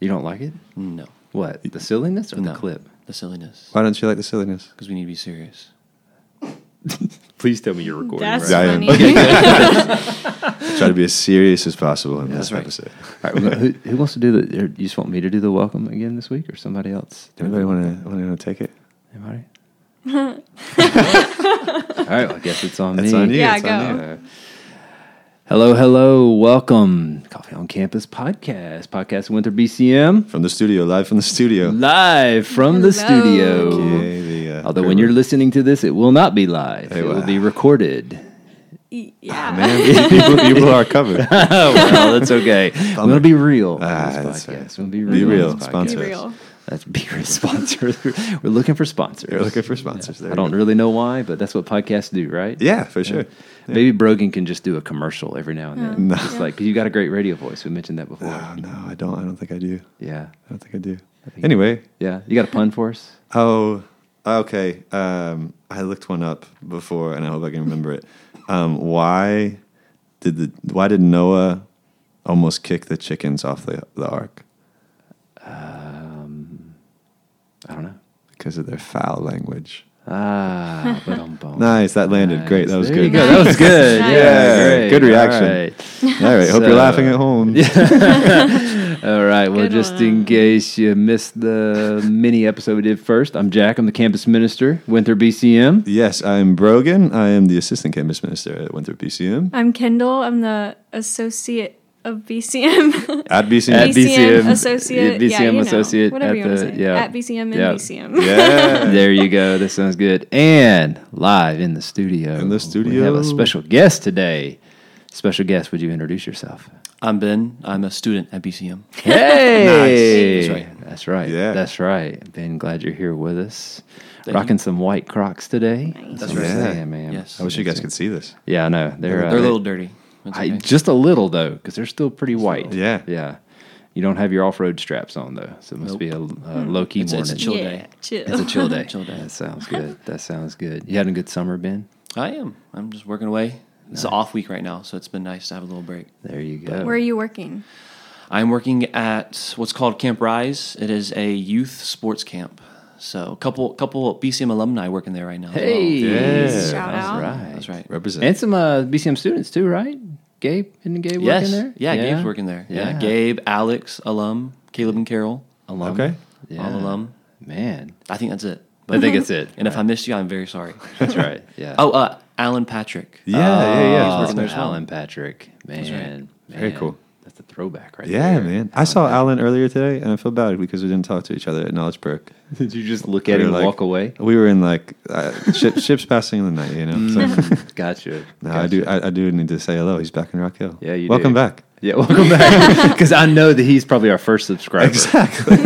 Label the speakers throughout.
Speaker 1: You don't like it?
Speaker 2: No.
Speaker 1: What? The silliness or
Speaker 2: no.
Speaker 1: the clip?
Speaker 2: The silliness.
Speaker 3: Why don't you like the silliness?
Speaker 2: Because we need to be serious.
Speaker 1: Please tell me you're recording.
Speaker 4: That's
Speaker 3: Yeah, I am.
Speaker 4: funny.
Speaker 3: Try to be as serious as possible in this
Speaker 2: That's right.
Speaker 3: episode.
Speaker 1: All right, well, who, who wants to do the? Or you just want me to do the welcome again this week, or somebody else?
Speaker 3: Do anybody want to want to take it?
Speaker 1: Anybody? All right, well, I guess it's on
Speaker 3: It's
Speaker 1: me.
Speaker 3: on you.
Speaker 4: Yeah,
Speaker 3: it's on
Speaker 4: go.
Speaker 3: you.
Speaker 1: Uh, hello, hello, welcome, Coffee on Campus podcast, podcast Winter BCM,
Speaker 3: From the studio, live from the studio.
Speaker 1: live from the
Speaker 4: Hello.
Speaker 1: studio.
Speaker 3: Okay, the, uh,
Speaker 1: Although when you're listening to this, it will not be live;
Speaker 3: Hey,
Speaker 1: it will
Speaker 3: wow.
Speaker 1: be recorded.
Speaker 4: Y- yeah.
Speaker 3: man, people, people are covered.
Speaker 1: oh well, that's okay. We'll
Speaker 3: Bummer.
Speaker 1: be real. on
Speaker 3: Ah,
Speaker 1: this
Speaker 3: that's right.
Speaker 1: podcast. We'll be
Speaker 3: Be
Speaker 1: real. on
Speaker 3: real,
Speaker 1: this podcast.
Speaker 3: sponsor.
Speaker 4: Be real.
Speaker 1: That's be real sponsor. We're looking for sponsors.
Speaker 3: We're looking for sponsors. There
Speaker 1: I
Speaker 3: we
Speaker 1: don't
Speaker 3: go.
Speaker 1: really know why, but that's what podcasts do, right?
Speaker 3: Yeah, for sure.
Speaker 1: Maybe Brogan can just do a commercial every now and then.
Speaker 3: No.
Speaker 1: Just like you got a great radio voice. We mentioned that before.
Speaker 3: Oh, no, I don't. I don't think I do.
Speaker 1: Yeah.
Speaker 3: I don't think I do.
Speaker 1: think-
Speaker 3: Anyway,
Speaker 1: Yeah. You got a pun for us?
Speaker 3: oh, okay. Um, I looked one up before, and I hope I can remember it. Um, why did the Why did Noah almost kick the chickens off the the ark?
Speaker 1: I don't know.
Speaker 3: Because of their foul language.
Speaker 1: Ah, but on bone.
Speaker 3: Nice, that landed. Great, that was
Speaker 1: There you
Speaker 3: good.
Speaker 1: go. That was good.
Speaker 4: Nice.
Speaker 1: Yeah,
Speaker 3: Yeah,
Speaker 1: great.
Speaker 3: good
Speaker 1: All
Speaker 3: reaction.
Speaker 1: right.
Speaker 3: All right, hope
Speaker 1: So-
Speaker 3: you're laughing at home.
Speaker 1: All right. Well,
Speaker 4: Good
Speaker 1: just
Speaker 4: one.
Speaker 1: in case you missed the mini episode we did first, I'm Jack. I'm the campus minister, Winthrop BCM.
Speaker 3: Yes, I'm Brogan. I am the assistant campus minister at Winthrop BCM.
Speaker 4: I'm Kendall. I'm the associate of BCM.
Speaker 3: At
Speaker 1: At
Speaker 3: BCM.
Speaker 1: BCM.
Speaker 4: associate.
Speaker 1: Yeah,
Speaker 4: Yeah, you
Speaker 1: BCM
Speaker 4: know,
Speaker 1: associate
Speaker 4: Whatever
Speaker 1: at
Speaker 4: you want
Speaker 1: the-
Speaker 4: to say.
Speaker 1: yeah.
Speaker 4: At BCM and
Speaker 1: Yeah.
Speaker 4: BCM.
Speaker 3: yeah.
Speaker 1: there you go. That sounds good. And live in the studio.
Speaker 3: In the
Speaker 1: We have a
Speaker 3: studio.
Speaker 1: special guest today. Special guest, would you introduce yourself?
Speaker 2: I'm Ben. I'm a student at BCM.
Speaker 1: Hey,
Speaker 2: Nice. That's right.
Speaker 1: That's right.
Speaker 3: Yeah.
Speaker 1: That's right. Ben, glad you're here with us.
Speaker 2: Thank
Speaker 1: Rocking some white Crocs today.
Speaker 2: That's
Speaker 1: what I'm
Speaker 3: right.
Speaker 1: saying, man.
Speaker 2: Yes.
Speaker 3: I wish you guys could see this.
Speaker 1: Yeah, I know. They're,
Speaker 2: They're
Speaker 1: uh,
Speaker 2: a little dirty. That's
Speaker 1: I,
Speaker 2: okay.
Speaker 1: just a little though, because they're still pretty white.
Speaker 3: Yeah.
Speaker 1: yeah. You don't have your off-road straps on though, so it must
Speaker 2: Nope.
Speaker 1: be a uh, low-key
Speaker 2: It's-
Speaker 1: morning.
Speaker 2: it's a chill
Speaker 4: yeah,
Speaker 2: day.
Speaker 4: Chill.
Speaker 1: It's a chill day.
Speaker 2: Chill day.
Speaker 1: That sounds good. That sounds good. You having a good summer, Ben?
Speaker 2: I am. I'm just working away. It's an off week right now, so it's been nice to have a little break.
Speaker 1: There you go.
Speaker 4: Where are you working?
Speaker 2: I'm working at what's called Camp Rise. It is a youth sports camp. So a couple couple BCM alumni working there right now. as well.
Speaker 1: Hey,
Speaker 3: Yeah.
Speaker 4: Shout
Speaker 1: that's
Speaker 4: out.
Speaker 1: right.
Speaker 2: That's right.
Speaker 3: Represent.
Speaker 1: And some uh, BCM students too, right? Gabe isn't Gabe
Speaker 2: Yes.
Speaker 1: working there?
Speaker 2: Yeah, Gabe's working there. Yeah.
Speaker 1: Yeah.
Speaker 2: Gabe, Alex, alum, Caleb and Carol.
Speaker 1: Alum.
Speaker 3: Okay.
Speaker 1: Yeah.
Speaker 2: All alum.
Speaker 1: Man,
Speaker 2: I think that's it.
Speaker 1: I think it's it.
Speaker 2: And if I missed you, I'm very sorry.
Speaker 1: That's right. Yeah.
Speaker 2: oh, uh, Alan Patrick.
Speaker 3: yeah, yeah, yeah.
Speaker 1: Oh,
Speaker 3: He's working there as well.
Speaker 1: Alan Patrick. Man,
Speaker 3: Very
Speaker 1: man.
Speaker 3: cool.
Speaker 1: That's a throwback, right?
Speaker 3: Yeah,
Speaker 1: there.
Speaker 3: man. I saw Alan earlier today, and I feel bad because we didn't talk to each other at Knowledge Perk.
Speaker 1: Did you just look
Speaker 3: We
Speaker 1: at him
Speaker 3: were
Speaker 1: and
Speaker 3: like-
Speaker 1: walk away?
Speaker 3: We were in like uh, ship, ships passing in the night, you know. So,
Speaker 1: Mm. Gotcha.
Speaker 3: no, I do. I, I do need to say hello. He's back in Rock Hill.
Speaker 1: Yeah, you
Speaker 3: Welcome
Speaker 1: do.
Speaker 3: back.
Speaker 1: Yeah, welcome back. Because I know that he's probably our first subscriber.
Speaker 3: Exactly.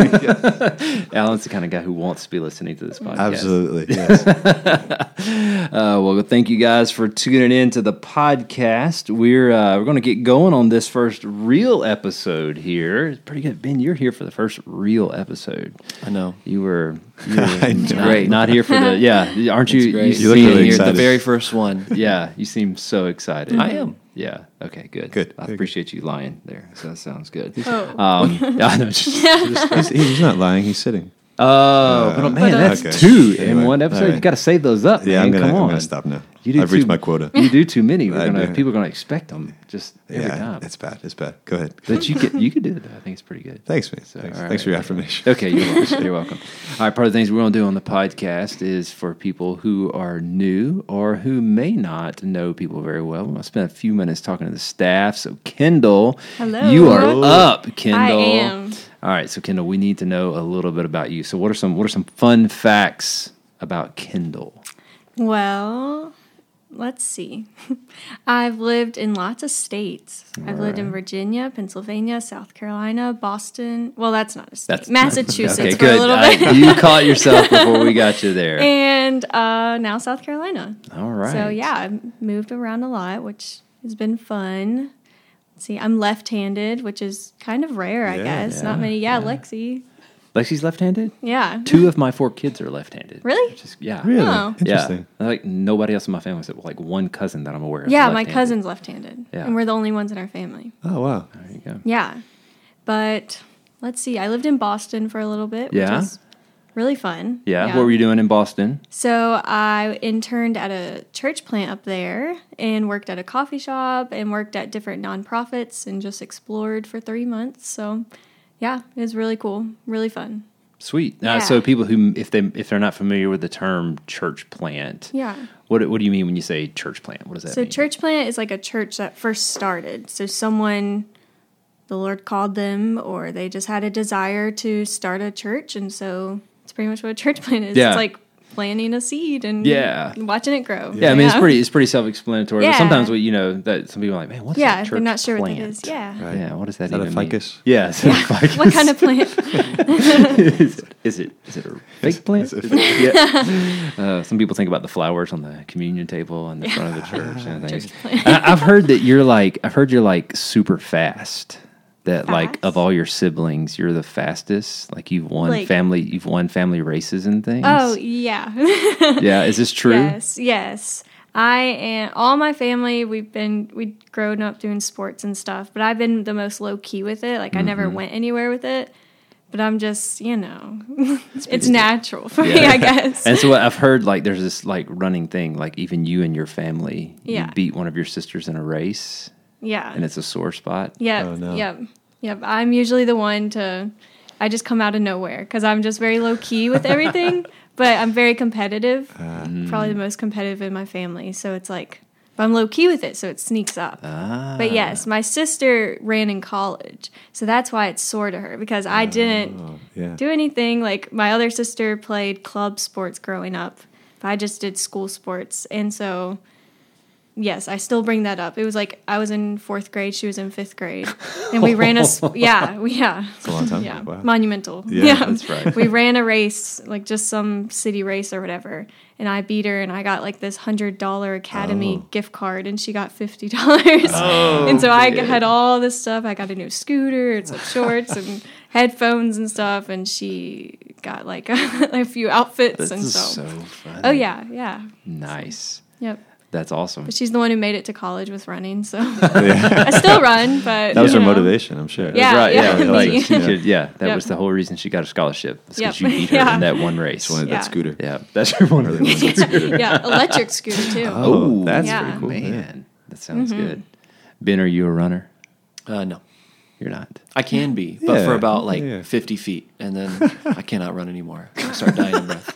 Speaker 1: Alan's the kind of guy who wants to be listening to this podcast.
Speaker 3: Absolutely. Yes.
Speaker 1: Uh, well, thank you guys for tuning in to the podcast. We're uh, we're going to get going on this first real episode here. It's pretty good, Ben. You're here for the first real episode.
Speaker 2: I know.
Speaker 1: You were, you were
Speaker 3: I know.
Speaker 1: great. Not here for the yeah. Aren't you?
Speaker 2: It's great.
Speaker 1: You
Speaker 3: look
Speaker 1: seem,
Speaker 3: really
Speaker 2: You're
Speaker 3: excited.
Speaker 2: the very first one.
Speaker 1: yeah, you seem so excited.
Speaker 2: I am.
Speaker 1: Yeah. Okay. Good.
Speaker 3: Good.
Speaker 1: I
Speaker 3: Very good.
Speaker 1: appreciate you lying there. So that sounds good.
Speaker 4: Oh.
Speaker 1: Um, yeah, I know. Just,
Speaker 3: he's, he's not lying. He's sitting.
Speaker 1: oh, but, oh, man,
Speaker 4: But, uh,
Speaker 1: that's
Speaker 3: Okay.
Speaker 1: two
Speaker 3: Anyway,
Speaker 1: in one episode.
Speaker 3: all right.
Speaker 1: You got to save those up.
Speaker 3: Yeah, I'm
Speaker 1: man.
Speaker 3: gonna.
Speaker 1: Come on.
Speaker 3: I'm gonna stop now.
Speaker 1: You do
Speaker 3: I've reached
Speaker 1: too-
Speaker 3: my quota.
Speaker 1: You do too many. We're
Speaker 3: I
Speaker 1: gonna,
Speaker 3: do.
Speaker 1: people are going to expect them just every
Speaker 3: Yeah,
Speaker 1: time.
Speaker 3: it's bad. It's bad. Go ahead.
Speaker 1: But you can you can do it. though. I think it's pretty good.
Speaker 3: Thanks, man.
Speaker 1: So,
Speaker 3: Thanks,
Speaker 1: all
Speaker 3: Thanks for your
Speaker 1: right.
Speaker 3: affirmation.
Speaker 1: Okay, you're welcome. you're welcome. All right, part of the things we're going to do on the podcast is for people who are new or who may not know people very well. We're going to spend a few minutes talking to the staff. So, Kendall,
Speaker 4: Hello.
Speaker 1: you are
Speaker 4: Hello.
Speaker 1: up, Kendall.
Speaker 4: am.
Speaker 1: All right, so Kendall, we need to know a little bit about you. So, what are some what are some fun facts about Kendall?
Speaker 4: Well, let's see. I've lived in lots of states. I've lived in Virginia, Pennsylvania, South Carolina, Boston. Well, that's not a state.
Speaker 1: That's-
Speaker 4: Massachusetts
Speaker 1: okay,
Speaker 4: for a little
Speaker 1: I-
Speaker 4: bit.
Speaker 1: you caught yourself before we got you there.
Speaker 4: and uh, now South Carolina.
Speaker 1: All right.
Speaker 4: So yeah, I've moved around a lot, which has been fun. Let's see, I'm left-handed, which is kind of rare, I
Speaker 3: Yeah.
Speaker 4: guess. Not many. Yeah, Lexi.
Speaker 1: Lexi's left-handed.
Speaker 4: Yeah.
Speaker 1: Two of my four kids are left-handed.
Speaker 4: Really?
Speaker 1: Which is- yeah.
Speaker 3: Really
Speaker 4: Oh.
Speaker 3: interesting.
Speaker 1: Yeah. Like nobody else in my family except like one cousin that I'm aware of. is
Speaker 4: Yeah, my
Speaker 1: left-handed.
Speaker 4: cousin's left-handed,
Speaker 1: Yeah.
Speaker 4: and we're the only ones in our family.
Speaker 3: Oh wow.
Speaker 1: There you go.
Speaker 4: Yeah, but Let's see. I lived in Boston for a little bit,
Speaker 1: Yeah?
Speaker 4: which was really fun.
Speaker 1: Yeah. What were you doing in Boston?
Speaker 4: So I interned at a church plant up there and worked at a coffee shop and worked at different nonprofits and just explored for three months. So yeah, it was really cool, really fun.
Speaker 1: Sweet. Uh,
Speaker 4: Yeah.
Speaker 1: so people who, if they if they're not familiar with the term church plant,
Speaker 4: Yeah.
Speaker 1: What what do you mean when you say church plant? What does that
Speaker 4: So
Speaker 1: mean?
Speaker 4: church plant is like a church that first started. So someone the Lord called them or they just had a desire to start a church and so it's pretty much what a church plant is.
Speaker 1: Yeah.
Speaker 4: It's like planting a seed and
Speaker 1: Yeah.
Speaker 4: watching it grow.
Speaker 1: yeah, I mean it's pretty it's pretty self explanatory. But
Speaker 4: Yeah.
Speaker 1: sometimes we you know that some people are like, man, what's
Speaker 4: Yeah,
Speaker 1: a church
Speaker 4: they're not sure
Speaker 1: plant?
Speaker 4: what that is. Yeah.
Speaker 3: Right.
Speaker 1: Yeah, what does that,
Speaker 3: that a
Speaker 1: even
Speaker 3: ficus?
Speaker 1: mean? Yeah, is it a ficus?
Speaker 4: What kind of plant?
Speaker 1: is, it, is it is it a fake plant? yeah. Uh, some people think about the flowers on the communion table in the front of the church and things. And I, I've heard that you're like I've heard you're like super fast. That like
Speaker 4: Fast?
Speaker 1: of all your siblings, you're the fastest. Like you've won
Speaker 4: Like-
Speaker 1: family you've won family races and things.
Speaker 4: Oh yeah.
Speaker 1: yeah, is this true?
Speaker 4: Yes, yes. I and all my family, we've been we'd grown up doing sports and stuff, but I've been the most low key with it. Like I
Speaker 1: Mm-hmm.
Speaker 4: never went anywhere with it. But I'm just, you know, it's natural for me,
Speaker 1: Yeah.
Speaker 4: I guess.
Speaker 1: And so what I've heard like there's this like running thing, like even you and your family,
Speaker 4: Yeah.
Speaker 1: you beat one of your sisters in a race and
Speaker 4: yeah.
Speaker 1: it's a sore spot.
Speaker 4: Yep.
Speaker 3: Oh, no.
Speaker 4: Yep. Yep. I'm usually the one to I just come out of nowhere because I'm just very low key with everything, but I'm very competitive.
Speaker 1: Uh,
Speaker 4: Probably the
Speaker 1: mm.
Speaker 4: most competitive in my family. So it's like but I'm low key with it, so it sneaks up.
Speaker 1: Ah.
Speaker 3: Um,
Speaker 4: But yes, my sister ran in college, so that's why it's sore to her because I didn't
Speaker 3: Oh, yeah.
Speaker 4: do anything. Like my other sister played club sports growing up, but I just did school sports, and so yes, I still bring that up. It was like I was in fourth grade, she was in fifth grade, and we ran a sp- yeah, we- yeah,
Speaker 3: It's a long time.
Speaker 4: yeah,
Speaker 3: Wow.
Speaker 4: monumental.
Speaker 3: Yeah,
Speaker 1: that's right.
Speaker 4: we ran a race, like just some city race or whatever, and I beat her, and I got like this hundred dollar Academy
Speaker 3: Oh.
Speaker 4: gift card, and she got fifty dollars. and so I had all this stuff. I got a new scooter, and some shorts, and headphones and stuff, and she got like a, few outfits,
Speaker 1: This
Speaker 4: and
Speaker 1: is
Speaker 4: so.
Speaker 1: so funny.
Speaker 4: Oh yeah, yeah,
Speaker 1: Nice.
Speaker 4: yep.
Speaker 1: That's awesome.
Speaker 4: But she's the one who made it to college with running, so I still run. But
Speaker 3: That was
Speaker 4: you
Speaker 3: her
Speaker 4: know.
Speaker 3: motivation, I'm sure.
Speaker 4: Yeah,
Speaker 1: right, yeah.
Speaker 4: yeah,
Speaker 1: like,
Speaker 4: me.
Speaker 1: she could- yeah, that
Speaker 4: Yep.
Speaker 1: was the whole reason she got a scholarship. Because
Speaker 4: Yep.
Speaker 1: you beat her
Speaker 4: Yeah.
Speaker 1: in that one race.
Speaker 3: Wanted
Speaker 4: Yeah.
Speaker 3: that scooter.
Speaker 1: Yeah, that's your one of the
Speaker 3: Really
Speaker 4: yeah, electric scooter too.
Speaker 3: Oh, that's
Speaker 4: Yeah.
Speaker 3: pretty cool. Yeah.
Speaker 1: Man, that sounds
Speaker 4: Mm-hmm.
Speaker 1: good. Ben, are you a runner?
Speaker 2: Uh, no,
Speaker 1: You're not.
Speaker 2: I can be, but for
Speaker 3: Yeah,
Speaker 2: about like
Speaker 3: yeah.
Speaker 2: 50 feet, and then I cannot run anymore. I start dying of breath.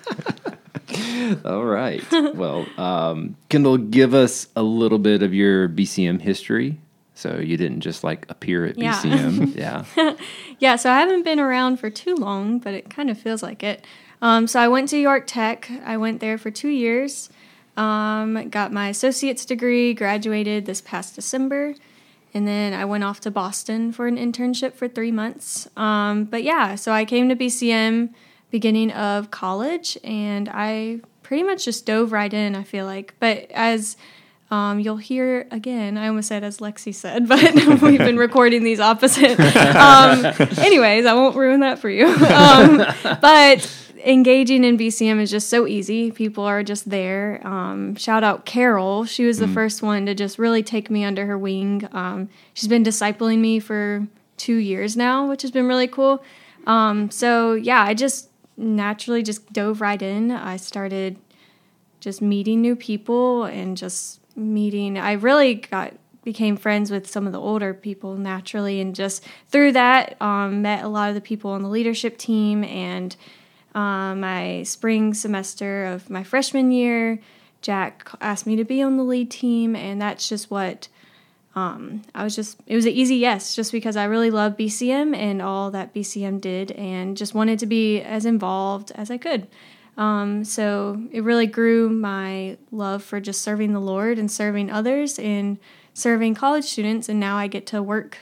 Speaker 1: All right. well, um, Kendall, give us a little bit of your BCM history. So you didn't just like appear at
Speaker 4: Yeah.
Speaker 1: BCM. yeah.
Speaker 4: Yeah, so I haven't been around for too long, but it kind of feels like it. Um, so I went to York Tech. I went there for two years, um, got my associate's degree, graduated this past December, and then I went off to Boston for an internship for three months. Um, but yeah, so I came to BCM beginning of college, and I pretty much just dove right in, I feel like. But as um, you'll hear again. I almost said as Lexi said, but we've been recording these opposite. Um, anyways, I won't ruin that for you. Um, but engaging in BCM is just so easy. People are just there. Um, shout out Carol. She was the first one to just really take me under her wing. Um, she's been discipling me for two years now, which has been really cool. Um, so yeah, I just naturally just dove right in. I started just meeting new people and just meeting i really got became friends with some of the older people naturally and just through that um, met a lot of the people on the leadership team and um, my spring semester of my freshman year jack asked me to be on the lead team and that's just what um, I was just, it was an easy yes, just because I really love BCM and all that BCM did and just wanted to be as involved as I could. Um, so it really grew my love for just serving the Lord and serving others and serving college students. And now I get to work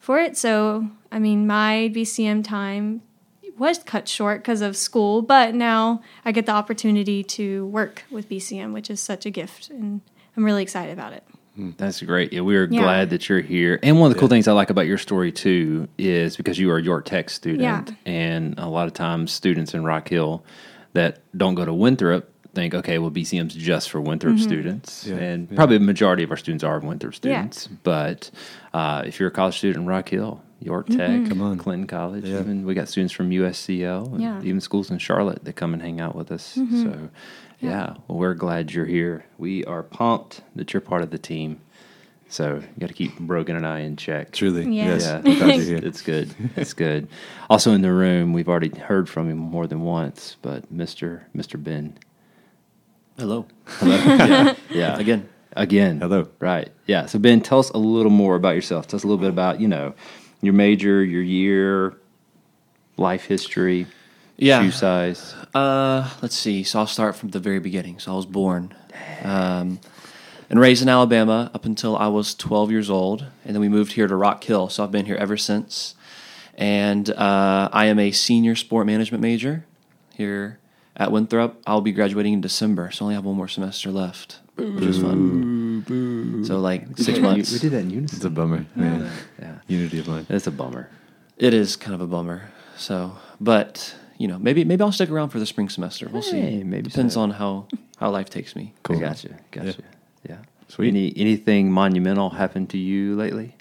Speaker 4: for it. So, I mean, my BCM time was cut short because of school, but now I get the opportunity to work with BCM, which is such a gift. And I'm really excited about it.
Speaker 1: That's great. Yeah, we are
Speaker 4: Yeah.
Speaker 1: glad that you're here. And one of the cool things I like about your story too is because you are a York Tech student,
Speaker 4: Yeah.
Speaker 1: and a lot of times students in Rock Hill that don't go to Winthrop think, okay, well, BCM's just for Winthrop students, and probably the majority of our students are Winthrop
Speaker 4: Mm-hmm. Yeah.
Speaker 1: students. But uh, if you're a college student in Rock Hill, York
Speaker 4: Mm-hmm.
Speaker 1: Tech,
Speaker 3: Come on.
Speaker 1: Clinton College.
Speaker 3: Yeah.
Speaker 1: Even we got students from USCL, and
Speaker 4: Yeah.
Speaker 1: even schools in Charlotte that come and hang out with us. So, yeah. well, we're glad you're here. We are pumped that you're part of the team. So you got to keep Brogan and I in check.
Speaker 3: Truly.
Speaker 4: Yeah.
Speaker 3: Yes.
Speaker 1: Yeah,
Speaker 3: I'm glad
Speaker 1: it's,
Speaker 3: you're here.
Speaker 1: it's good. It's good. Also in the room, we've already heard from him more than once, but Mister Mister Ben,
Speaker 2: Hello.
Speaker 1: yeah,
Speaker 2: Again.
Speaker 1: again,
Speaker 3: Hello.
Speaker 1: right, yeah. So Ben, tell us a little more about yourself. Tell us a little bit about you know your major, your year, life history,
Speaker 2: Yeah.
Speaker 1: shoe size.
Speaker 2: Uh, let's see. So I'll start from the very beginning. So I was born um, and raised in Alabama up until I was 12 years old, and then we moved here to Rock Hill. So I've been here ever since. And uh, I am a senior sport management major here at Winthrop. I'll be graduating in December, so I only have one more semester left, which is fun. So like six months.
Speaker 1: We did that in unison.
Speaker 3: It's a bummer. Man.
Speaker 1: Yeah,
Speaker 3: Unity of mind.
Speaker 1: that's a bummer.
Speaker 2: It is kind of a bummer. So, but you know, maybe maybe I'll stick around for the spring semester. We'll
Speaker 1: Hey,
Speaker 2: see.
Speaker 1: maybe
Speaker 2: depends
Speaker 1: so.
Speaker 2: on how how life takes me.
Speaker 1: Cool. Gotcha. Gotcha. Yeah.
Speaker 3: Sweet.
Speaker 1: Any anything monumental happened to you lately?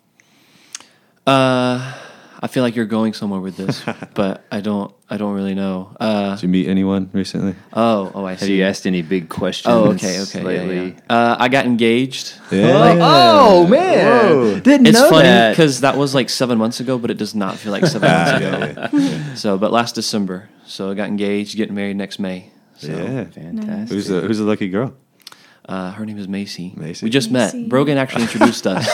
Speaker 2: Uh, I feel like you're going somewhere with this, but I don't I don't really know. Uh,
Speaker 3: Did you meet anyone recently?
Speaker 2: oh oh I
Speaker 1: Have
Speaker 2: see.
Speaker 1: you asked any big questions?
Speaker 2: oh okay okay yeah,
Speaker 1: Lately.
Speaker 2: yeah, Uh, I got engaged.
Speaker 3: Yeah.
Speaker 1: Oh man,
Speaker 3: Whoa.
Speaker 1: didn't
Speaker 2: It's
Speaker 1: know
Speaker 2: funny
Speaker 1: that.
Speaker 2: because that was like seven months ago, but it does not feel like seven months ago.
Speaker 3: Ah, yeah.
Speaker 2: So, but last December, so I got engaged, getting married next May. So,
Speaker 3: Yeah.
Speaker 1: Fantastic.
Speaker 3: Who's the Who's the lucky girl?
Speaker 2: Uh, her name is Macy.
Speaker 3: Macy.
Speaker 2: We just
Speaker 4: Macy.
Speaker 2: met. Brogan actually introduced us.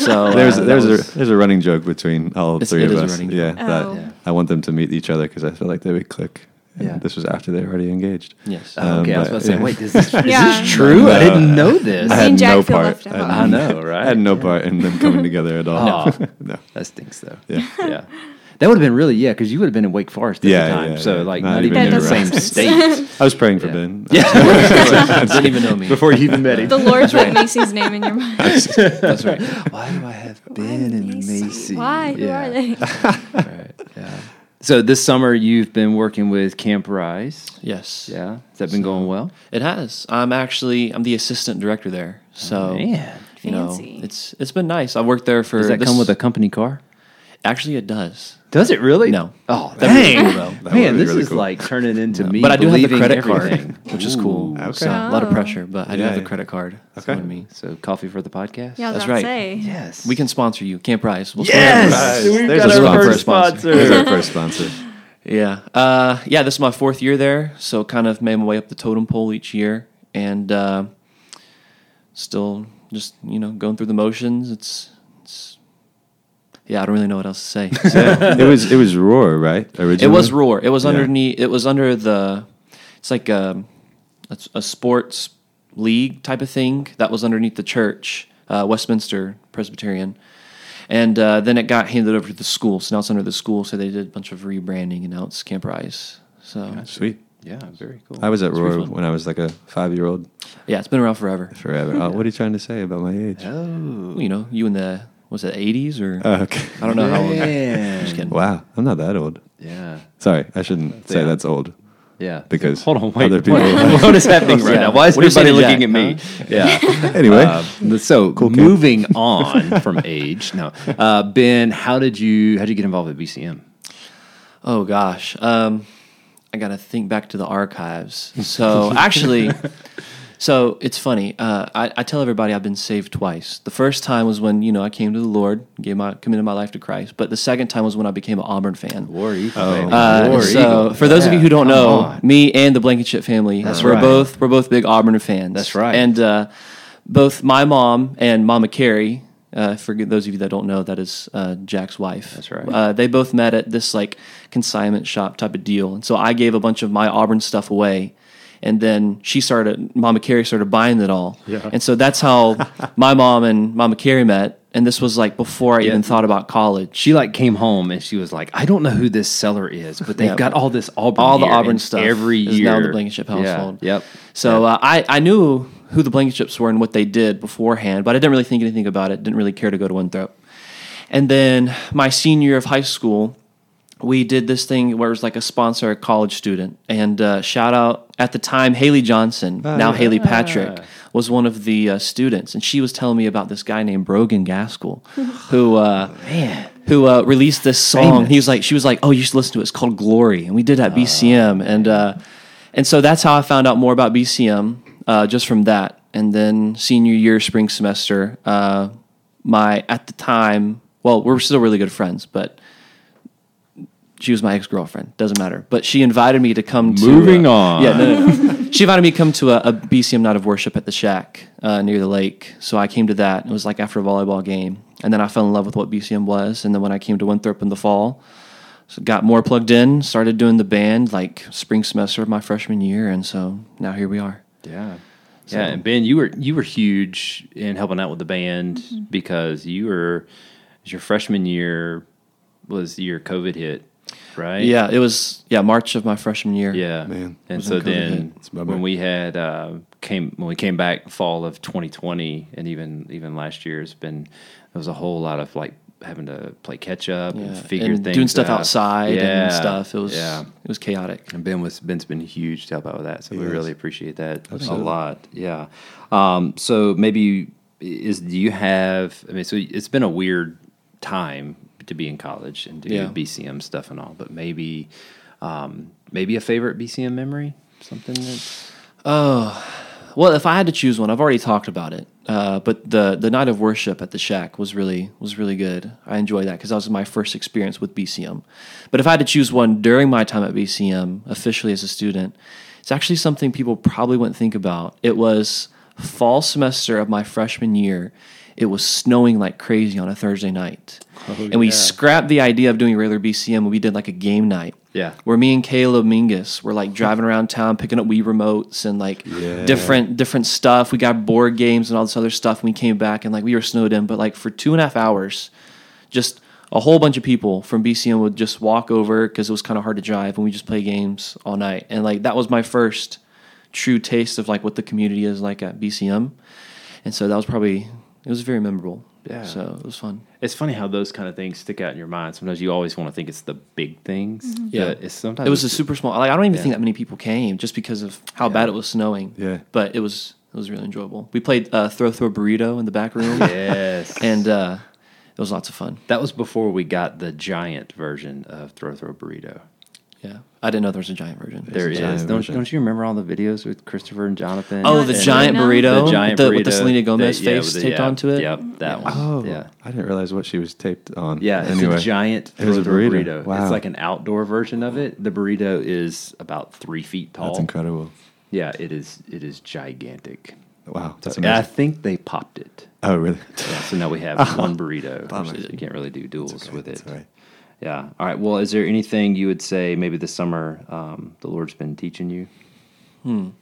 Speaker 2: so
Speaker 3: There's
Speaker 2: uh,
Speaker 3: there's
Speaker 2: that was-
Speaker 3: a there's a running joke between all
Speaker 2: It's-
Speaker 3: three
Speaker 2: it
Speaker 3: of
Speaker 2: is a
Speaker 3: us.
Speaker 2: running
Speaker 3: Yeah,
Speaker 2: joke.
Speaker 3: that
Speaker 4: Oh. Yeah.
Speaker 3: I want them to meet each other because I feel like they would click. And
Speaker 1: Yeah.
Speaker 3: this was after they were already engaged.
Speaker 2: yes.
Speaker 1: Oh, okay, I was
Speaker 3: Um,
Speaker 1: about to say,
Speaker 3: but-
Speaker 1: wait, is this, is
Speaker 4: Yeah.
Speaker 1: this true? I
Speaker 3: No.
Speaker 1: didn't know this.
Speaker 3: I had
Speaker 4: And Jack
Speaker 3: no
Speaker 4: feel
Speaker 3: part.
Speaker 4: left
Speaker 3: I,
Speaker 4: out.
Speaker 3: had
Speaker 1: I
Speaker 3: no-
Speaker 1: know, right?
Speaker 3: I had no part in them coming together at all.
Speaker 1: Aw.
Speaker 3: no.
Speaker 1: That stinks, though.
Speaker 3: Yeah.
Speaker 1: yeah. That would have been really, yeah, because you would have been in Wake Forest at
Speaker 3: Yeah,
Speaker 1: the time.
Speaker 3: yeah,
Speaker 1: so,
Speaker 3: yeah.
Speaker 1: like,
Speaker 3: Not
Speaker 1: not,
Speaker 3: even
Speaker 1: even in the
Speaker 4: near
Speaker 1: same
Speaker 4: us.
Speaker 1: state.
Speaker 3: I was praying for
Speaker 1: Yeah.
Speaker 3: Ben.
Speaker 2: didn't even know me.
Speaker 1: Before you even met him.
Speaker 4: The Lord put Macy's name in your mind.
Speaker 2: That's right.
Speaker 1: Why do I have Ben and
Speaker 4: Macy.
Speaker 1: Macy?
Speaker 4: Why? Who
Speaker 1: Yeah.
Speaker 4: are they?
Speaker 1: Right, yeah. So, this summer you've been working with Camp Rise.
Speaker 2: Yes.
Speaker 1: Yeah. Has that been going well?
Speaker 2: It has. I'm actually I'm the assistant director there. So
Speaker 1: Man.
Speaker 2: you know,
Speaker 4: Fancy.
Speaker 2: it's it's been nice. I worked there for
Speaker 1: Oh. Does that
Speaker 2: this-
Speaker 1: come with a company car?
Speaker 2: Actually, it does.
Speaker 1: Does it really?
Speaker 2: No.
Speaker 1: Oh,
Speaker 2: That would be
Speaker 1: dang.
Speaker 2: cool, though. That
Speaker 3: would
Speaker 1: Man,
Speaker 3: be
Speaker 1: this
Speaker 3: really
Speaker 1: is
Speaker 3: cool.
Speaker 1: like turning into me.
Speaker 2: but I do have the
Speaker 1: believing
Speaker 2: credit
Speaker 1: everything.
Speaker 2: card, which is cool.
Speaker 1: Ooh.
Speaker 2: So, a lot of
Speaker 4: Oh.
Speaker 2: pressure, but I do
Speaker 3: Yeah,
Speaker 2: have the
Speaker 3: yeah.
Speaker 2: credit card. So,
Speaker 3: Okay.
Speaker 2: I mean,
Speaker 1: So, coffee for the podcast?
Speaker 4: Yeah, I was
Speaker 2: That's
Speaker 4: about
Speaker 2: right.
Speaker 4: to say.
Speaker 1: Yes.
Speaker 2: we can sponsor you, Camp Rise. We'll
Speaker 1: Yes.
Speaker 2: sponsor you.
Speaker 1: We've
Speaker 3: There's
Speaker 1: got
Speaker 3: a
Speaker 1: our
Speaker 2: sponsor.
Speaker 1: first sponsor.
Speaker 3: There's our first sponsor.
Speaker 2: Yeah. Uh, yeah, this is my fourth year there, so kind of made my way up the totem pole each year and uh, still just, you know, going through the motions. It's, it's yeah, I don't really know what else to say.
Speaker 3: Yeah. it was it was Roar, right? Originally,
Speaker 2: it was Roar. It was
Speaker 3: Yeah.
Speaker 2: underneath it was under the it's like a, it's a sports league type of thing that was underneath the church, uh, Westminster Presbyterian. And uh, then it got handed over to the school, so now it's under the school. So they did a bunch of rebranding, and now it's Camp Rise. So
Speaker 3: Sweet.
Speaker 1: Yeah, very cool.
Speaker 3: I was at Roar
Speaker 2: really fun.
Speaker 3: when I was like a five year old
Speaker 2: Yeah, it's been around forever.
Speaker 3: forever. Oh, what are you trying to say about my age?
Speaker 1: Oh,
Speaker 2: You know, you in the was it eighties or
Speaker 3: Oh, okay.
Speaker 2: I don't know how old.
Speaker 1: Man.
Speaker 2: Just kidding.
Speaker 3: Wow, I'm not that old.
Speaker 1: yeah,
Speaker 3: Sorry, I shouldn't say
Speaker 1: Yeah.
Speaker 3: that's old.
Speaker 1: yeah.
Speaker 3: Because
Speaker 1: hold on, wait.
Speaker 3: other people-
Speaker 1: what what is happening right
Speaker 2: Yeah.
Speaker 1: now? Why is
Speaker 2: What are you saying
Speaker 1: everybody
Speaker 2: to
Speaker 1: looking at me?
Speaker 2: Jack,
Speaker 1: Yeah.
Speaker 3: Anyway,
Speaker 1: Um, so moving on from age, no, uh, Ben, how did you how did you get involved with BCM?
Speaker 2: Oh gosh, um, I gotta think back to the archives. So actually, so it's funny. Uh, I, I tell everybody I've been saved twice. The first time was when you know I came to the Lord, gave my committed my life to Christ. But the second time was when I became an Auburn fan.
Speaker 1: War Eagle.
Speaker 2: Uh, so, for those of you who don't know, me and the Blankenship family, we're
Speaker 1: right.
Speaker 2: both we're both big Auburn fans.
Speaker 1: That's right.
Speaker 2: And uh, both my mom and Mama Carrie, uh, for those of you that don't know, that is uh, Jack's wife. That's
Speaker 1: right.
Speaker 2: Uh, they both met at this like consignment shop type of deal, and so I gave a bunch of my Auburn stuff away. And then she started, Mama Carrie started buying it all. Yeah. And so that's how my mom and Mama Carrie met. And this was like before I even thought about college.
Speaker 1: she like came home and she was like, I don't know who this seller is, but they've
Speaker 2: Yeah.
Speaker 1: got all this Auburn,
Speaker 2: all the
Speaker 1: gear,
Speaker 2: Auburn
Speaker 1: and
Speaker 2: stuff
Speaker 1: every
Speaker 2: is
Speaker 1: year.
Speaker 2: now the Blankenship
Speaker 1: Yeah,
Speaker 2: household.
Speaker 1: Yep.
Speaker 2: So uh, I I knew who the Blankenships were and what they did beforehand, but I didn't really think anything about it. Didn't really care to go to Winthrop. And then my senior year of high school, we did this thing where it was like a sponsor a college student. And uh, shout out at the time Haley Johnson, now Haley Patrick, was one of the uh, students, and she was telling me about this guy named Brogan Gaskell, who uh,
Speaker 1: Man.
Speaker 2: who uh, released this song. He was like, she was like, oh, you should listen to it. It's called Glory, and we did that
Speaker 1: Ah.
Speaker 2: BCM, and uh, and so that's how I found out more about BCM, uh, just from that. And then senior year, spring semester, uh, my at the time, well, we're still really good friends, but she was my ex girlfriend. Doesn't matter. But she invited me to come. to,
Speaker 1: Moving
Speaker 2: uh,
Speaker 1: on.
Speaker 2: Yeah, no, no, no. she invited me to come to a, a BCM night of worship at the shack uh, near the lake. So I came to that. It was like after a volleyball game, and then I fell in love with what BCM was. And then when I came to Winthrop in the fall, so got more plugged in. Started doing the band like spring semester of my freshman year, and so now here we are.
Speaker 1: Yeah. yeah, and Ben, you were you were huge in helping out with the band because you were it was your freshman year was the year COVID hit, right?
Speaker 2: Yeah, it was yeah March of my freshman year.
Speaker 1: yeah,
Speaker 3: Man.
Speaker 1: And
Speaker 2: Was
Speaker 1: so
Speaker 2: when COVID hit.
Speaker 1: then
Speaker 3: It's a bummer.
Speaker 1: when we had uh, came when we came back fall of 2020, and even even last year, it's been there was a whole lot of like having to play catch up and
Speaker 2: Yeah,
Speaker 1: figure
Speaker 2: and
Speaker 1: things
Speaker 2: doing stuff
Speaker 1: out.
Speaker 2: outside
Speaker 1: Yeah,
Speaker 2: and stuff. It was
Speaker 1: yeah.
Speaker 2: it was chaotic.
Speaker 1: And Ben was Ben's been huge to help out with that, so we
Speaker 3: has.
Speaker 1: really appreciate that a lot. Yeah. Um, so maybe is do you have? I mean, so it's been a weird time to be in college and do
Speaker 2: Yeah.
Speaker 1: BCM stuff and all, but maybe um, maybe a favorite BCM memory, something that
Speaker 2: Well, if I had to choose one, I've already talked about it. Uh, but the the night of worship at the shack was really was really good. I enjoyed that because that was my first experience with BCM. But if I had to choose one during my time at BCM, officially as a student, it's actually something people probably wouldn't think about. It was fall semester of my freshman year. It was snowing like crazy on a Thursday night, and we scrapped the idea of doing regular BCM. and We did like a game night.
Speaker 1: Yeah.
Speaker 2: where me and Caleb Mingus were like driving around town picking up Wii remotes and like different different stuff. We got board games and all this other stuff. And we came back and like we were snowed in, but like for two and a half hours, just a whole bunch of people from BCM would just walk over because it was kind of hard to drive, and we just play games all night. And like that was my first true taste of like what the community is like at BCM, and so that was probably it was very memorable.
Speaker 1: Yeah.
Speaker 2: so it was fun.
Speaker 1: it's funny how those kind of things stick out in your mind. Sometimes you always want to think it's the big things.
Speaker 2: Yeah.
Speaker 1: but it's sometimes
Speaker 2: It was a super small. Like I don't even think that many people came just because of how bad it was snowing.
Speaker 3: Yeah.
Speaker 2: but it was it was really enjoyable. We played uh, throw throw burrito in the back room,
Speaker 1: yes.
Speaker 2: and uh, it was lots of fun.
Speaker 1: that was before we got the giant version of Throw Throw Burrito.
Speaker 2: Yeah, I didn't know there was a giant version.
Speaker 1: There is.
Speaker 3: giant
Speaker 1: Don't,
Speaker 3: version.
Speaker 1: don't you remember all the videos with Christopher and Jonathan?
Speaker 2: Oh,
Speaker 1: and
Speaker 2: the
Speaker 4: Yeah.
Speaker 2: giant
Speaker 4: No.
Speaker 2: burrito,
Speaker 1: the giant
Speaker 2: with the,
Speaker 1: burrito
Speaker 2: with the Selena Gomez
Speaker 1: that- yeah,
Speaker 2: face
Speaker 1: with the-
Speaker 2: taped
Speaker 1: yeah,
Speaker 2: onto it.
Speaker 1: Yep, that one.
Speaker 3: Oh,
Speaker 1: yeah.
Speaker 3: I didn't realize what she was taped on.
Speaker 1: Yeah, it's
Speaker 3: anyway,
Speaker 1: a giant
Speaker 3: It was a
Speaker 1: throw-throw burrito.
Speaker 3: burrito. Wow.
Speaker 1: It's like an outdoor version of it. The burrito is about three feet tall.
Speaker 3: that's incredible.
Speaker 1: Yeah, it is. It is gigantic.
Speaker 3: Wow, that's
Speaker 1: And I
Speaker 3: amazing.
Speaker 1: think they popped it.
Speaker 3: Oh, really?
Speaker 1: Yeah, so now we have one burrito.
Speaker 3: Bummer.
Speaker 1: versus- You can't really do duels with it.
Speaker 3: That's all right.
Speaker 1: Yeah. All right. Well, is there anything you would say maybe this summer um, the Lord's been teaching you?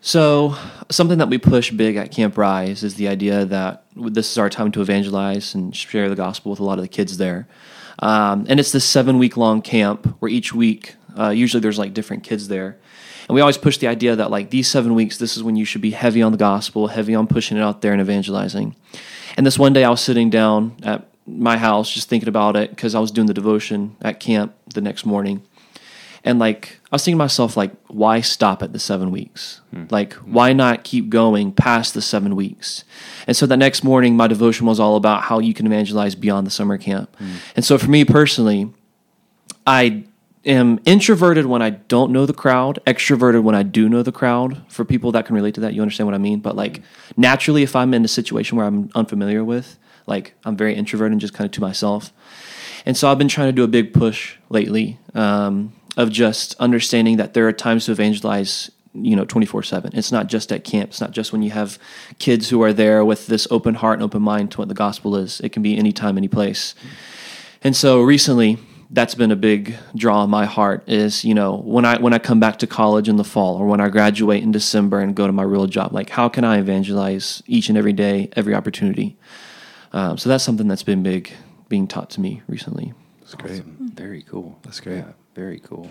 Speaker 2: So, something that we push big at Camp Rise is the idea that this is our time to evangelize and share the gospel with a lot of the kids there. Um, and it's this seven week long camp where each week, uh, usually there's like different kids there. And we always push the idea that like these seven weeks, this is when you should be heavy on the gospel, heavy on pushing it out there and evangelizing. And this one day I was sitting down at my house just thinking about it because I was doing the devotion at camp the next morning and like i was thinking to myself like why stop at the seven weeks like why not keep going past the seven weeks and so the next morning my devotion was all about how you can evangelize beyond the summer camp and so for me personally I am introverted when I don't know the crowd, extroverted when I do know the crowd. For people that can relate to that, you understand what I mean. But like naturally, if I'm in a situation where I'm unfamiliar with, like I'm very introverted and just kind of to myself. And so I've been trying to do a big push lately um, of just understanding that there are times to evangelize you know 24-7 it's not just at camp it's not just when you have kids who are there with this open heart and open mind to what the gospel is it can be anytime any place and so recently, that's been a big draw in my heart is, you know, when I when I come back to college in the fall or when I graduate in December and go to my real job, like how can I evangelize each and every day, every opportunity? Um, so that's something that's been big being taught to me recently.
Speaker 3: That's great. Hmm.
Speaker 1: Very cool.
Speaker 3: That's great.
Speaker 1: very cool.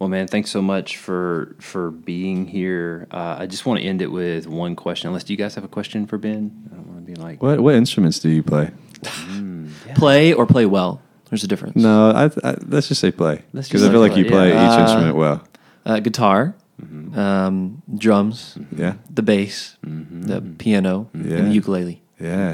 Speaker 1: Well, man, thanks so much for for being here. Uh, I just want to end it with one question. Unless do you guys have a question for Ben? I don't want to be like hmm,
Speaker 3: What what instruments do you play?
Speaker 2: Play or play well. There's a difference.
Speaker 3: No, I, I let's just say play
Speaker 1: Let's
Speaker 3: because
Speaker 1: just
Speaker 3: I feel
Speaker 1: say
Speaker 3: like you
Speaker 1: play,
Speaker 3: play
Speaker 1: yeah.
Speaker 3: each instrument well.
Speaker 2: Uh, guitar,
Speaker 4: Mm-hmm.
Speaker 2: um, drums,
Speaker 3: Yeah,
Speaker 4: Mm-hmm.
Speaker 2: the bass, the piano,
Speaker 3: Yeah.
Speaker 2: and the ukulele.
Speaker 3: yeah,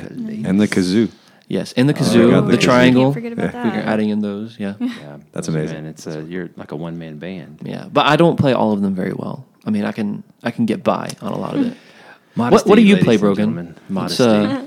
Speaker 3: and the kazoo.
Speaker 2: Yes, and the
Speaker 3: I
Speaker 2: kazoo,
Speaker 3: forgot
Speaker 2: the,
Speaker 3: the kazoo.
Speaker 2: triangle.
Speaker 4: Oh. Can't forget about
Speaker 3: Yeah.
Speaker 2: We are
Speaker 4: that.
Speaker 2: adding in those. Yeah,
Speaker 1: Yeah,
Speaker 3: That's
Speaker 1: those are-
Speaker 3: amazing.
Speaker 1: Man, it's a you're like a one man band.
Speaker 2: yeah. But I don't play all of them very well. I mean, I can I can get by on a lot of it. what
Speaker 1: Modesty,
Speaker 2: What do you
Speaker 1: ladies
Speaker 2: play,
Speaker 1: and
Speaker 2: Brogan?
Speaker 1: gentlemen.
Speaker 2: What's,
Speaker 1: Modesty.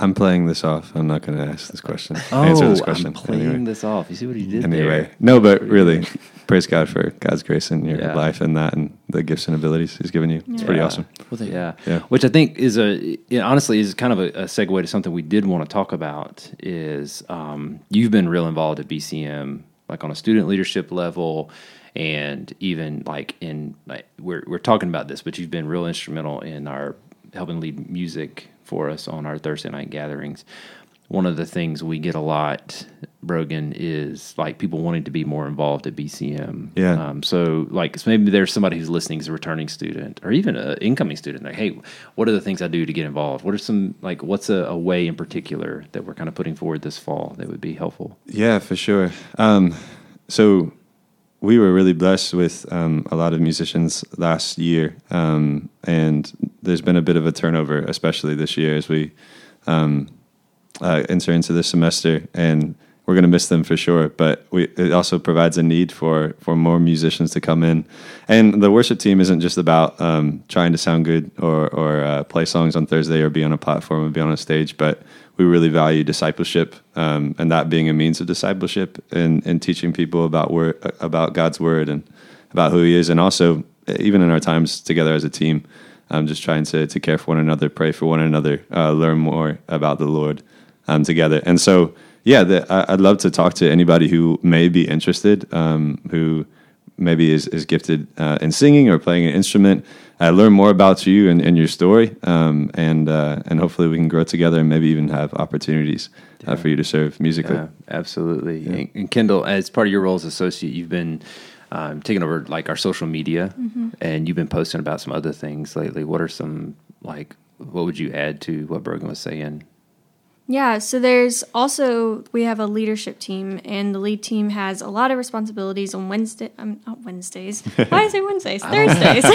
Speaker 3: I'm playing this off. I'm not going to ask this question.
Speaker 1: oh,
Speaker 3: answer this question
Speaker 1: I'm playing
Speaker 3: anyway.
Speaker 1: this off. You see what he did
Speaker 3: anyway,
Speaker 1: there?
Speaker 3: no, but really, praise God for God's grace in your
Speaker 1: Yeah.
Speaker 3: life and that, and the gifts and abilities He's given you. It's pretty
Speaker 1: Yeah.
Speaker 3: awesome.
Speaker 2: Well, they-
Speaker 1: yeah.
Speaker 3: Yeah.
Speaker 1: which I think is a it honestly is kind of a, a segue to something we did want to talk about is um, you've been real involved at BCM like on a student leadership level and even like in like we're we're talking about this but you've been real instrumental in our helping lead music for us on our Thursday night gatherings. One of the things we get a lot, Brogan, is like people wanting to be more involved at BCM.
Speaker 3: Yeah.
Speaker 1: Um, um, so, like, so maybe there's somebody who's listening as a returning student or even an incoming student. Like, hey, what are the things I do to get involved? What are some like, what's a, a way in particular that we're kind of putting forward this fall that would be helpful?
Speaker 3: Yeah, for sure. Um, so we were really blessed with um, a lot of musicians last year, um, and there's been a bit of a turnover, especially this year as we um, uh, enter into this semester, and we're going to miss them for sure. But we, it also provides a need for for more musicians to come in, and the worship team isn't just about um, trying to sound good or or uh, play songs on Thursday or be on a platform or be on a stage, but we really value discipleship um, and that being a means of discipleship and, and teaching people about word, about God's word and about who He is, and also even in our times together as a team, um, just trying to to care for one another, pray for one another, uh, learn more about the Lord um, together. And so, yeah, the, I, I'd love to talk to anybody who may be interested, um, who maybe is, is gifted uh, in singing or playing an instrument. Uh, learn more about you and, and your story, um, and uh, and hopefully we can grow together and maybe even have opportunities uh, for you to serve musically.
Speaker 1: Yeah, absolutely. And, and Kendall, as part of your role as associate, you've been um, taking over like our social media, and you've been posting about some other things lately. What are some like? What would you add to what Brogan was saying?
Speaker 4: Yeah, so there's also we have a leadership team, and the lead team has a lot of responsibilities on Wednesday. Um, not Wednesdays. Why is it Wednesdays? Thursdays.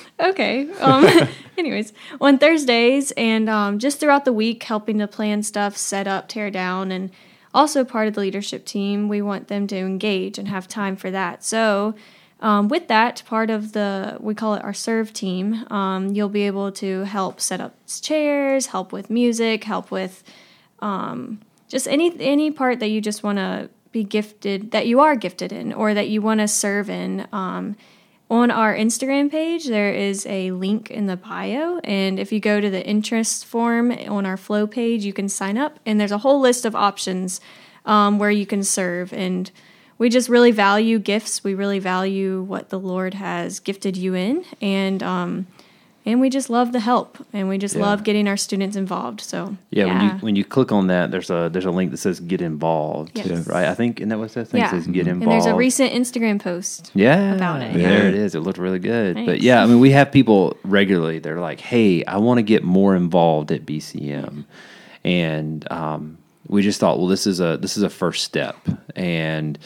Speaker 4: okay. Um, anyways, on Thursdays and um, just throughout the week, helping to plan stuff, set up, tear down, and also part of the leadership team. We want them to engage and have time for that. So, um, with that, part of the we call it our serve team. Um, you'll be able to help set up chairs, help with music, help with just any any part that you just want to be gifted that you are gifted in or that you want to serve in um, on our instagram page there is a link in the bio and if you go to the interest form on our flow page you can sign up and there's a whole list of options um, where you can serve and we just really value gifts we really value what the lord has gifted you in and um, and we just love the help and we just
Speaker 1: Yeah.
Speaker 4: love getting our students involved so
Speaker 1: Yeah, when you when you click on that, there's a there's a link that says get involved,
Speaker 4: Yes.
Speaker 1: right? I think, and that was that thing
Speaker 4: Yeah.
Speaker 1: says get involved.
Speaker 4: And there's a recent Instagram post.
Speaker 1: yeah,
Speaker 4: about it,
Speaker 1: There
Speaker 3: yeah.
Speaker 1: it is. It looked really good. But
Speaker 4: Thanks.
Speaker 1: yeah, I mean, we have people regularly. They're like, "Hey, I want to get more involved at BCM," and um, we just thought, well, this is a this is a first step, and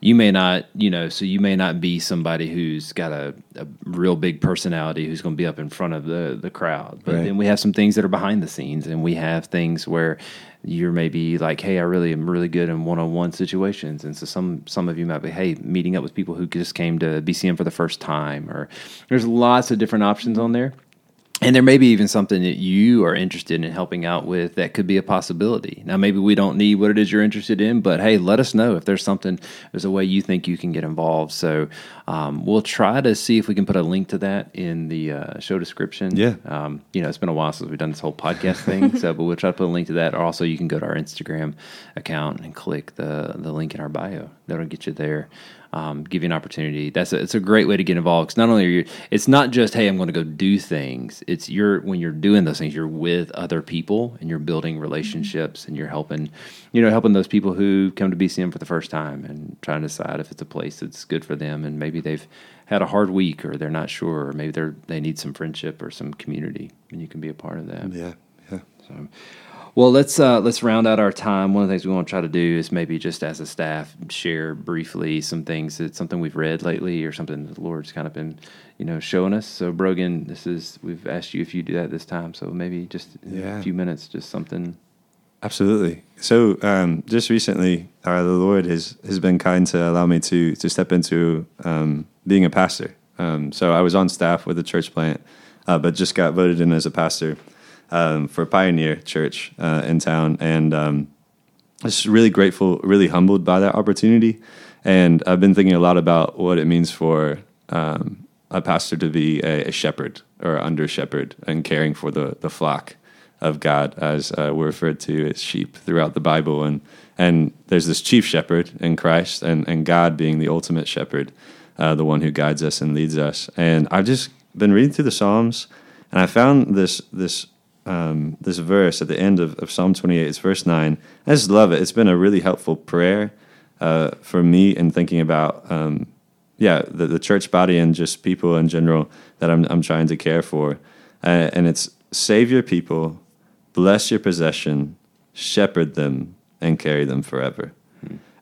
Speaker 1: you may not, you know, so you may not be somebody who's got a, a real big personality who's going to be up in front of the the crowd, but
Speaker 3: Right.
Speaker 1: then we have some things that are behind the scenes, and we have things where you're maybe like, hey, I really am really good in one-on-one situations, and so some some of you might be, hey, meeting up with people who just came to BCM for the first time, or there's lots of different options on there, and there may be even something that you are interested in helping out with that could be a possibility. Now, maybe we don't need what it is you're interested in, but hey, let us know if there's something, there's a way you think you can get involved. So um, we'll try to see if we can put a link to that in the uh, show description.
Speaker 3: Yeah.
Speaker 1: Um, you know, it's been a while since we've done this whole podcast thing, so but we'll try to put a link to that. Or also, you can go to our Instagram account and click the the link in our bio. That'll get you there. Um, give you an opportunity. That's a, it's a great way to get involved because not only are you, it's not just hey, I'm going to go do things. It's you're when you're doing those things, you're with other people and you're building relationships and you're helping, you know, helping those people who come to BCM for the first time and trying to decide if it's a place that's good for them and maybe they've had a hard week or they're not sure or maybe they're they need some friendship or some community and you can be a part of that
Speaker 3: yeah, yeah.
Speaker 1: well let's uh let's round out our time one of the things we want to try to do is maybe just as a staff share briefly some things that something we've read lately or something that the lord's kind of been you know showing us so brogan this is we've asked you if you do that this time so maybe just in
Speaker 3: Yeah.
Speaker 1: a few minutes just something
Speaker 3: Absolutely. So um, just recently, uh, the Lord has has been kind to allow me to to step into um, being a pastor. Um, so I was on staff with a church plant, uh, but just got voted in as a pastor um, for Pioneer Church uh, in town, and um, just really grateful, really humbled by that opportunity. And I've been thinking a lot about what it means for um, a pastor to be a, a shepherd or under shepherd and caring for the, the flock of God, as uh, we're referred to as sheep throughout the Bible. And, and there's this chief shepherd in Christ, and, and God being the ultimate shepherd, uh, the one who guides us and leads us. And I've just been reading through the Psalms, and I found this, this um, this verse at the end of, of Psalm 28. It's verse 9. I just love it. It's been a really helpful prayer uh, for me in thinking about, um, yeah, the, the church body and just people in general that I'm, I'm trying to care for. Uh, and it's save your people, bless your possession, shepherd them, and carry them forever.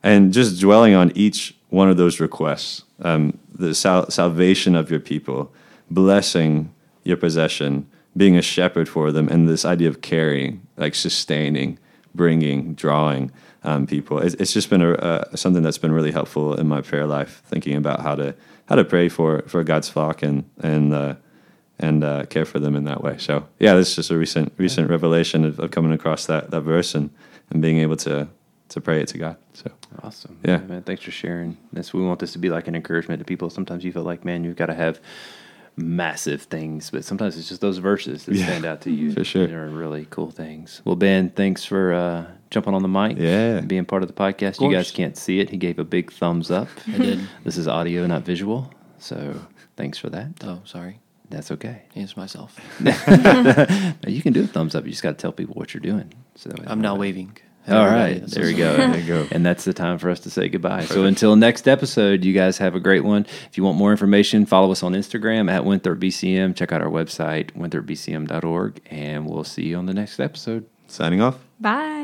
Speaker 3: And just dwelling on each one of those requests um, the sal- salvation of your people, blessing your possession, being a shepherd for them, and this idea of carrying, like sustaining, bringing, drawing um, people. It's, it's just been a, uh, something that's been really helpful in my prayer life, thinking about how to how to pray for for God's flock and and uh, and uh, care for them in that way. So yeah, this is just a recent recent revelation of, of coming across that that verse and and being able to to pray it to God. So
Speaker 1: Awesome.
Speaker 3: Yeah.
Speaker 1: man. Thanks for sharing this. We want this to be like an encouragement to people. Sometimes you feel like, man, you've got to have massive things, but sometimes it's just those verses that
Speaker 3: Yeah,
Speaker 1: stand out to you.
Speaker 3: for sure.
Speaker 1: They're really cool things. Well, Ben, thanks for uh, jumping on the mic.
Speaker 3: Yeah.
Speaker 1: and Being part of the podcast. You
Speaker 2: course.
Speaker 1: guys can't see it. He gave a big thumbs up. I
Speaker 2: did.
Speaker 1: This is audio, not visual. So thanks for that.
Speaker 2: Oh, sorry.
Speaker 1: That's okay.
Speaker 2: Answer myself.
Speaker 1: You can do a thumbs up. You just got to tell people what you're doing. So that way they
Speaker 2: I'm
Speaker 1: know.
Speaker 2: now waving.
Speaker 1: All right.
Speaker 2: That's
Speaker 1: There we
Speaker 2: awesome.
Speaker 1: go.
Speaker 3: There you go.
Speaker 1: And that's the time for us to say goodbye. So until next episode, you guys have a great one. If you want more information, follow us on Instagram at WinthropBCM. Check out our website, winthropbcm.org. And we'll see you on the next episode.
Speaker 3: signing off.
Speaker 4: Bye.